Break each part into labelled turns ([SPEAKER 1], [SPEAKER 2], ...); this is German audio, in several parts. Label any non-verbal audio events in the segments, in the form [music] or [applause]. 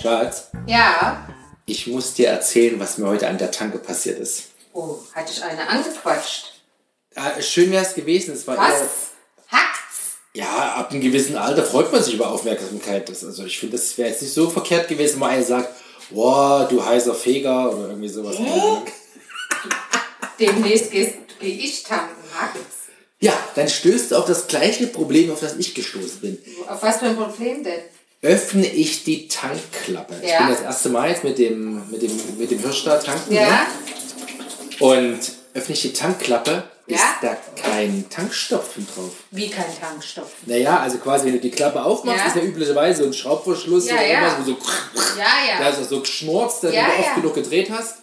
[SPEAKER 1] Schatz,
[SPEAKER 2] Ja.
[SPEAKER 1] ich muss dir erzählen, was mir heute an der Tanke passiert ist.
[SPEAKER 2] Oh, hatte ich eine angequatscht.
[SPEAKER 1] Ah, schön wäre es gewesen, es war
[SPEAKER 3] Äh.
[SPEAKER 1] eher-
[SPEAKER 2] Was? Hackt's?
[SPEAKER 1] Ja, ab einem gewissen Alter freut man sich über Aufmerksamkeit. Das, also ich finde, das wäre jetzt nicht so verkehrt gewesen, wenn einer sagt, boah, du heißer Feger oder irgendwie sowas.
[SPEAKER 2] Demnächst gehst, geh ich tanken. Hackt's?
[SPEAKER 1] Ja, dann stößt du auf das gleiche Problem, auf das ich gestoßen bin.
[SPEAKER 2] Auf was für ein Problem denn?
[SPEAKER 1] Öffne ich die Tankklappe. Ich
[SPEAKER 2] Ja.
[SPEAKER 1] bin das erste Mal jetzt mit dem, mit dem, mit dem Hirsch da
[SPEAKER 3] Mhm.
[SPEAKER 1] tanken.
[SPEAKER 2] Ja?
[SPEAKER 1] Ne? Und öffne ich die Tankklappe,
[SPEAKER 2] Ja.
[SPEAKER 1] ist da kein Tankstopfen drauf.
[SPEAKER 2] Wie kein Tankstoff.
[SPEAKER 1] Naja, also quasi, wenn du die Klappe aufmachst,
[SPEAKER 2] Ja.
[SPEAKER 1] ist ja üblicherweise so ein Schraubverschluss
[SPEAKER 2] Ja,
[SPEAKER 1] oder
[SPEAKER 2] ja.
[SPEAKER 1] irgendwas, wo so,
[SPEAKER 2] Ja, ja.
[SPEAKER 1] da ist auch so geschmorzt, dass
[SPEAKER 2] Ja,
[SPEAKER 1] du oft
[SPEAKER 2] ja.
[SPEAKER 1] genug gedreht hast.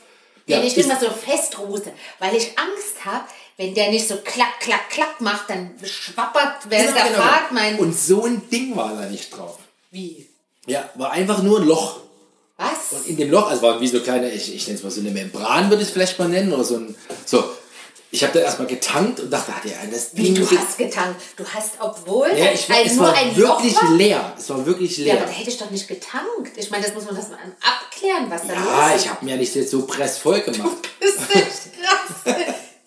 [SPEAKER 1] Ja,
[SPEAKER 3] Wenn ich
[SPEAKER 1] ist,
[SPEAKER 3] immer so fest ruse, weil ich Angst habe, wenn der nicht so klack, klack, klack macht, dann schwappert während
[SPEAKER 1] genau,
[SPEAKER 3] der
[SPEAKER 1] genau.
[SPEAKER 3] Fahrt mein...
[SPEAKER 1] Und so ein Ding war da nicht drauf.
[SPEAKER 3] Wie?
[SPEAKER 1] Ja, war einfach nur ein Loch.
[SPEAKER 3] Was?
[SPEAKER 1] In dem Loch, also war wie so kleine, ich, ich nenne es mal so eine Membran, würde ich es vielleicht mal nennen, oder so ein, so. Ich habe da erstmal getankt und dachte, hat ja das
[SPEAKER 3] Wie,
[SPEAKER 1] Ding
[SPEAKER 3] du
[SPEAKER 1] ge-
[SPEAKER 3] hast getankt. Du hast, obwohl
[SPEAKER 1] ja, ich,
[SPEAKER 3] ein,
[SPEAKER 1] es
[SPEAKER 3] nur
[SPEAKER 1] war
[SPEAKER 3] ein
[SPEAKER 1] wirklich
[SPEAKER 3] Loch war,
[SPEAKER 1] leer. Es war wirklich
[SPEAKER 3] Ja, aber da
[SPEAKER 1] leer.
[SPEAKER 3] hätte ich doch nicht getankt. Ich meine, das muss man das mal abklären, was da
[SPEAKER 1] Ja,
[SPEAKER 3] los ist.
[SPEAKER 1] ich habe mir ja nicht jetzt so pressvoll gemacht.
[SPEAKER 3] Das ist echt krass.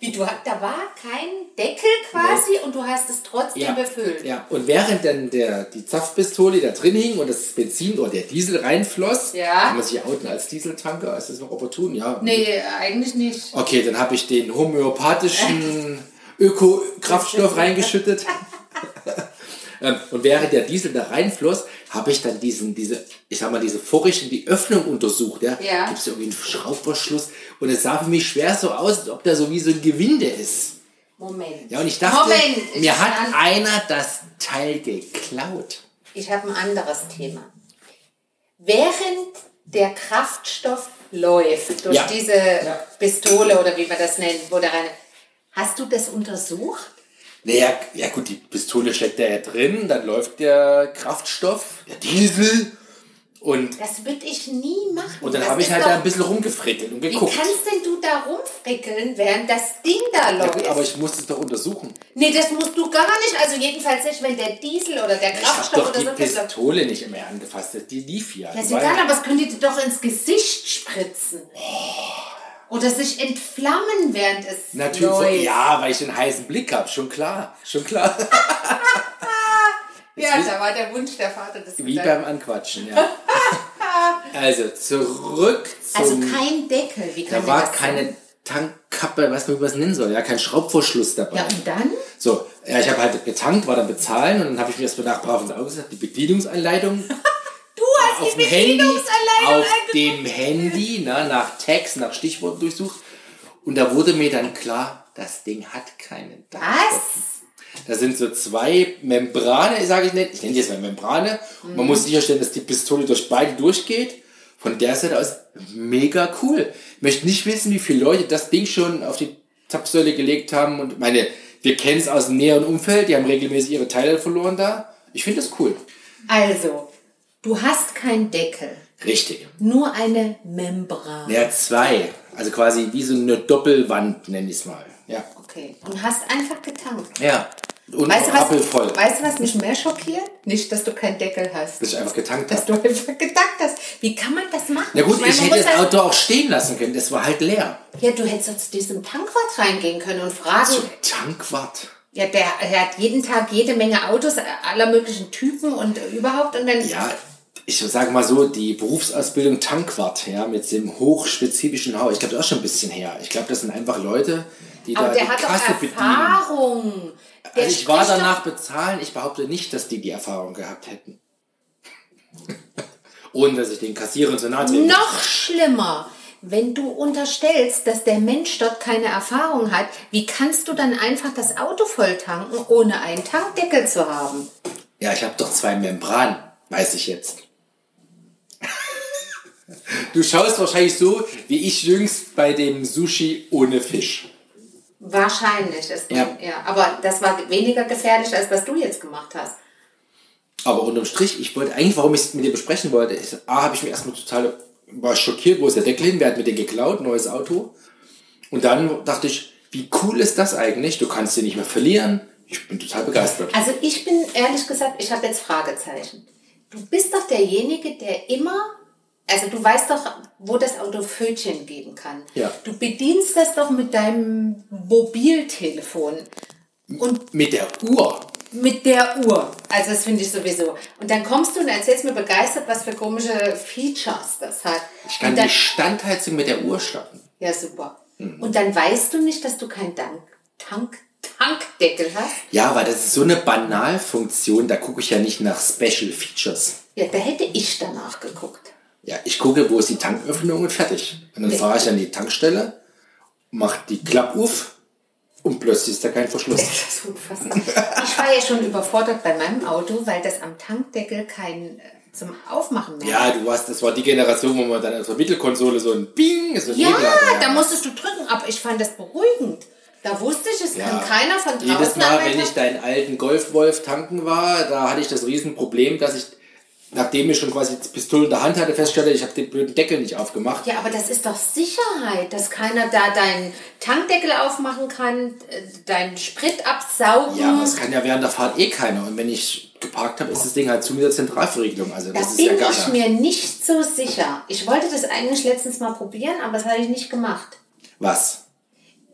[SPEAKER 3] Wie, du, hast- da war kein Deckel quasi und du hast es trotzdem
[SPEAKER 1] Ja,
[SPEAKER 3] befüllt.
[SPEAKER 1] ja. Und während dann der, die Zapfpistole da drin hing und das Benzin oder der Diesel reinfloss,
[SPEAKER 2] Ja.
[SPEAKER 1] kann man sich outen als Dieseltanker, ist das noch opportun? Ja.
[SPEAKER 2] Nee, eigentlich nicht.
[SPEAKER 1] Okay, dann habe ich den homöopathischen
[SPEAKER 2] [laughs]
[SPEAKER 1] Öko-Kraftstoff reingeschüttet. [laughs] Ähm, Und während der Diesel da reinfloss, habe ich dann diesen, diese, ich sag mal, diese Vorrichtung, die Öffnung untersucht. Ja?
[SPEAKER 2] Ja.
[SPEAKER 1] Gibt es irgendwie einen Schraubverschluss? Und es sah für mich schwer so aus, als ob da so wie so ein Gewinde ist.
[SPEAKER 3] Moment.
[SPEAKER 1] Ja, und ich dachte,
[SPEAKER 2] Moment, ich
[SPEAKER 1] mir hat
[SPEAKER 2] kann-
[SPEAKER 1] einer das Teil geklaut.
[SPEAKER 3] Ich habe ein anderes Thema. Während der Kraftstoff läuft durch
[SPEAKER 1] Ja.
[SPEAKER 3] diese
[SPEAKER 1] Ja.
[SPEAKER 3] Pistole oder wie wir das nennen, wo der rein, hast du das untersucht?
[SPEAKER 1] Naja, ja gut, die Pistole steckt da ja drin, dann läuft der Kraftstoff, der Diesel und
[SPEAKER 3] Das würde ich nie machen.
[SPEAKER 1] Und dann
[SPEAKER 3] Das
[SPEAKER 1] habe ich
[SPEAKER 3] ist
[SPEAKER 1] halt
[SPEAKER 3] doch-
[SPEAKER 1] da ein bisschen rumgefrickelt und
[SPEAKER 3] Wie
[SPEAKER 1] geguckt.
[SPEAKER 3] kannst denn du da rumfrickeln, während das Ding
[SPEAKER 1] Ja,
[SPEAKER 3] da läuft?
[SPEAKER 1] gut, aber ich musste es doch untersuchen.
[SPEAKER 3] nee, das musst du gar nicht. Also jedenfalls nicht, wenn der Diesel oder der
[SPEAKER 1] Ich habe
[SPEAKER 3] Kraftstoff
[SPEAKER 1] doch
[SPEAKER 3] oder
[SPEAKER 1] die
[SPEAKER 3] so läuft.
[SPEAKER 1] Pistole nicht mehr angefasst. Die lief ja.
[SPEAKER 3] Ja, ist
[SPEAKER 1] Die war
[SPEAKER 3] egal,
[SPEAKER 1] ja-
[SPEAKER 3] aber es könnte dir doch ins Gesicht spritzen. Oder sich entflammen, während es
[SPEAKER 1] Oh. Natürlich, so,
[SPEAKER 3] läuft.
[SPEAKER 1] ja, weil ich den heißen Blick habe, schon klar, schon klar.
[SPEAKER 2] Ja, da war der Wunsch der Vater des
[SPEAKER 1] Wie
[SPEAKER 2] Gedanken.
[SPEAKER 1] beim Anquatschen,
[SPEAKER 3] [laughs]
[SPEAKER 1] ja. Also zurück zum...
[SPEAKER 3] Also kein Deckel, wie kann
[SPEAKER 1] da
[SPEAKER 3] man
[SPEAKER 1] war
[SPEAKER 3] das sagen?
[SPEAKER 1] keine Tankkappe, weiß man, wie man es nennen soll, ja, kein Schraubverschluss dabei.
[SPEAKER 3] Ja, und dann?
[SPEAKER 1] So, ja, ich habe halt getankt, war dann bezahlen und dann habe ich mir das danach brav ins Auge gesagt, die Bedienungsanleitung
[SPEAKER 3] [laughs] Du hast
[SPEAKER 1] auf
[SPEAKER 3] die
[SPEAKER 1] dem Handy,
[SPEAKER 3] Bedienungsanleitung
[SPEAKER 1] auf dem Handy, ne, nach Tags, nach Stichworten durchsucht. Und da wurde mir dann klar, das Ding hat keinen Dampf.
[SPEAKER 3] Was?
[SPEAKER 1] Da sind so zwei Membrane, sage ich nicht. Ich nenne die jetzt mal Membrane. Und Man
[SPEAKER 3] Mhm.
[SPEAKER 1] muss sicherstellen, dass die Pistole durch beide durchgeht. Von der Seite aus mega cool. Ich möchte nicht wissen, wie viele Leute das Ding schon auf die Zapfsäule gelegt haben. Und meine, wir kennen es aus dem näheren Umfeld. Die haben regelmäßig ihre Teile verloren da. Ich finde das cool.
[SPEAKER 3] Also, du hast keinen Deckel,
[SPEAKER 1] Richtig.
[SPEAKER 3] nur eine Membran.
[SPEAKER 1] Ja, zwei. Also quasi wie so eine Doppelwand, nenne ich es mal. Ja.
[SPEAKER 3] Okay. Und hast einfach getankt.
[SPEAKER 1] Ja. Und
[SPEAKER 3] Weißt du,
[SPEAKER 1] rappelvoll.
[SPEAKER 3] was, weißt du, was mich mehr schockiert? Nicht, dass du keinen Deckel hast.
[SPEAKER 1] Dass ich einfach getankt
[SPEAKER 3] Dass
[SPEAKER 1] habe.
[SPEAKER 3] du einfach getankt hast. Wie kann man das machen?
[SPEAKER 1] Na gut,
[SPEAKER 3] meine,
[SPEAKER 1] ich
[SPEAKER 3] man
[SPEAKER 1] hätte
[SPEAKER 3] muss
[SPEAKER 1] das
[SPEAKER 3] halt-
[SPEAKER 1] Auto auch stehen lassen können. Das war halt leer.
[SPEAKER 3] Ja, du hättest zu diesem Tankwart reingehen können und fragen.
[SPEAKER 1] Zum Tankwart.
[SPEAKER 3] Ja, der, er hat jeden Tag jede Menge Autos aller möglichen Typen und überhaupt und dann.
[SPEAKER 1] Ja, ich sage mal so, die Berufsausbildung Tankwart, ja, mit dem hochspezifischen Hau. Ich glaube, das ist auch schon ein bisschen her. Ich glaube, das sind einfach Leute, die
[SPEAKER 3] aber
[SPEAKER 1] da
[SPEAKER 3] der
[SPEAKER 1] die
[SPEAKER 3] hat doch
[SPEAKER 1] Kasse bedienen.
[SPEAKER 3] Erfahrung. Der
[SPEAKER 1] Also ich war
[SPEAKER 3] spricht
[SPEAKER 1] danach bezahlen. Ich behaupte nicht, dass die die Erfahrung gehabt hätten. [laughs] Ohne, dass ich den Kassierern so nahe treten
[SPEAKER 3] Noch schlimmer, wenn du unterstellst, dass der Mensch dort keine Erfahrung hat, wie kannst du dann einfach das Auto volltanken, ohne einen Tankdeckel zu haben?
[SPEAKER 1] Ja, ich habe doch zwei Membranen, weiß ich jetzt. [laughs] Du schaust wahrscheinlich so, wie ich jüngst bei dem Sushi ohne Fisch.
[SPEAKER 3] Wahrscheinlich ist
[SPEAKER 1] Ja.
[SPEAKER 3] ja, aber das war weniger gefährlich als was du jetzt gemacht hast.
[SPEAKER 1] Aber unterm Strich, ich wollte eigentlich, warum ich es mit dir besprechen wollte, ist, A, habe ich mich erstmal total war schockiert, wo ist der Deckel hin, wer hat mir den geklaut, neues Auto. Und dann dachte ich, wie cool ist das eigentlich? Du kannst den nicht mehr verlieren. Ich bin total begeistert.
[SPEAKER 3] Also ich bin ehrlich gesagt, ich habe jetzt Fragezeichen. Du bist doch derjenige, der immer also du weißt doch, wo das Auto Fötchen geben kann.
[SPEAKER 1] Ja.
[SPEAKER 3] Du bedienst das doch mit deinem Mobiltelefon und
[SPEAKER 1] Mit der Uhr.
[SPEAKER 3] mit der Uhr. Also das finde ich sowieso. Und dann kommst du und erzählst mir begeistert, was für komische Features das hat.
[SPEAKER 1] Ich kann
[SPEAKER 3] und dann,
[SPEAKER 1] die Standheizung mit der Uhr starten.
[SPEAKER 3] ja, super.
[SPEAKER 1] Mhm.
[SPEAKER 3] Und dann weißt du nicht, dass du keinen Tank, Tank, Tankdeckel hast.
[SPEAKER 1] Ja, aber das ist so eine Banalfunktion, da gucke ich ja nicht nach Special Features.
[SPEAKER 3] Ja, da hätte ich danach geguckt.
[SPEAKER 1] Ja, ich gucke, wo ist die Tanköffnung und fertig. Und dann fahre ich an die Tankstelle, mache die Klappe auf und plötzlich ist da kein Verschluss.
[SPEAKER 3] Das ist unfassbar. Ich war ja schon überfordert bei meinem Auto, weil das am Tankdeckel kein äh, zum Aufmachen mehr
[SPEAKER 1] Ja, du warst, das war die Generation, wo man dann auf der Mittelkonsole so ein Bing, so ein
[SPEAKER 3] Ja,
[SPEAKER 1] Nebel hatte,
[SPEAKER 3] da musstest du drücken, aber ich fand das beruhigend. Da wusste ich, es kann keiner von draußen
[SPEAKER 1] Jedes Mal, wenn
[SPEAKER 3] anmerken.
[SPEAKER 1] ich deinen alten Golfwolf tanken war, da hatte ich das Riesenproblem, dass ich, nachdem ich schon quasi das Pistol in der Hand hatte, feststellte, ich habe den blöden Deckel nicht aufgemacht.
[SPEAKER 3] Ja, aber das ist doch Sicherheit, dass keiner da deinen Tankdeckel aufmachen kann, äh, deinen Sprit absaugen.
[SPEAKER 1] Ja, aber das kann ja während der Fahrt eh keiner. Und wenn ich geparkt habe, ist das Ding halt zu dieser Zentralverriegelung. Also
[SPEAKER 3] da
[SPEAKER 1] das ist ja
[SPEAKER 3] bin
[SPEAKER 1] gar
[SPEAKER 3] ich
[SPEAKER 1] nicht.
[SPEAKER 3] mir nicht so sicher. Ich wollte das eigentlich letztens mal probieren, aber das habe ich nicht gemacht.
[SPEAKER 1] Was?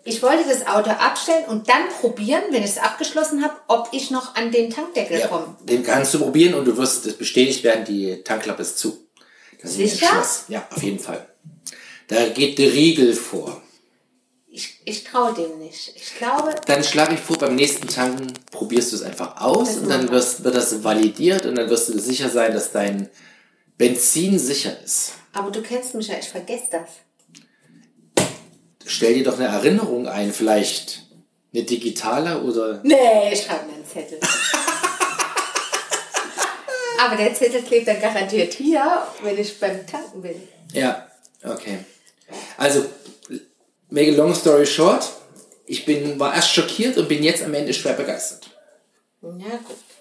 [SPEAKER 3] Ich wollte das Auto abstellen und dann probieren, wenn ich es abgeschlossen habe, ob ich noch an den Tankdeckel komme.
[SPEAKER 1] Ja, den kannst du probieren und du wirst das bestätigt werden, die Tankklappe ist zu. Das ist ein
[SPEAKER 3] Sicher?
[SPEAKER 1] Schloss. Ja, auf jeden Fall. Da geht der Riegel vor.
[SPEAKER 3] Ich, ich traue dem nicht. Ich glaube,
[SPEAKER 1] Dann schlage ich vor, beim nächsten Tanken probierst du es einfach aus
[SPEAKER 3] Das
[SPEAKER 1] und dann
[SPEAKER 3] machen
[SPEAKER 1] wirst, wird das validiert und dann wirst du dir sicher sein, dass dein Benzin sicher ist.
[SPEAKER 3] aber du kennst mich ja, ich vergesse das.
[SPEAKER 1] Stell dir doch eine Erinnerung ein, vielleicht eine digitale oder
[SPEAKER 3] Nee, ich schreibe mir einen Zettel. [laughs] Aber der Zettel klebt dann garantiert hier, wenn ich beim Tanken bin.
[SPEAKER 1] Ja, okay. Also, make a long story short, ich bin, war erst schockiert und bin jetzt am Ende schwer begeistert.
[SPEAKER 3] Ja, gut.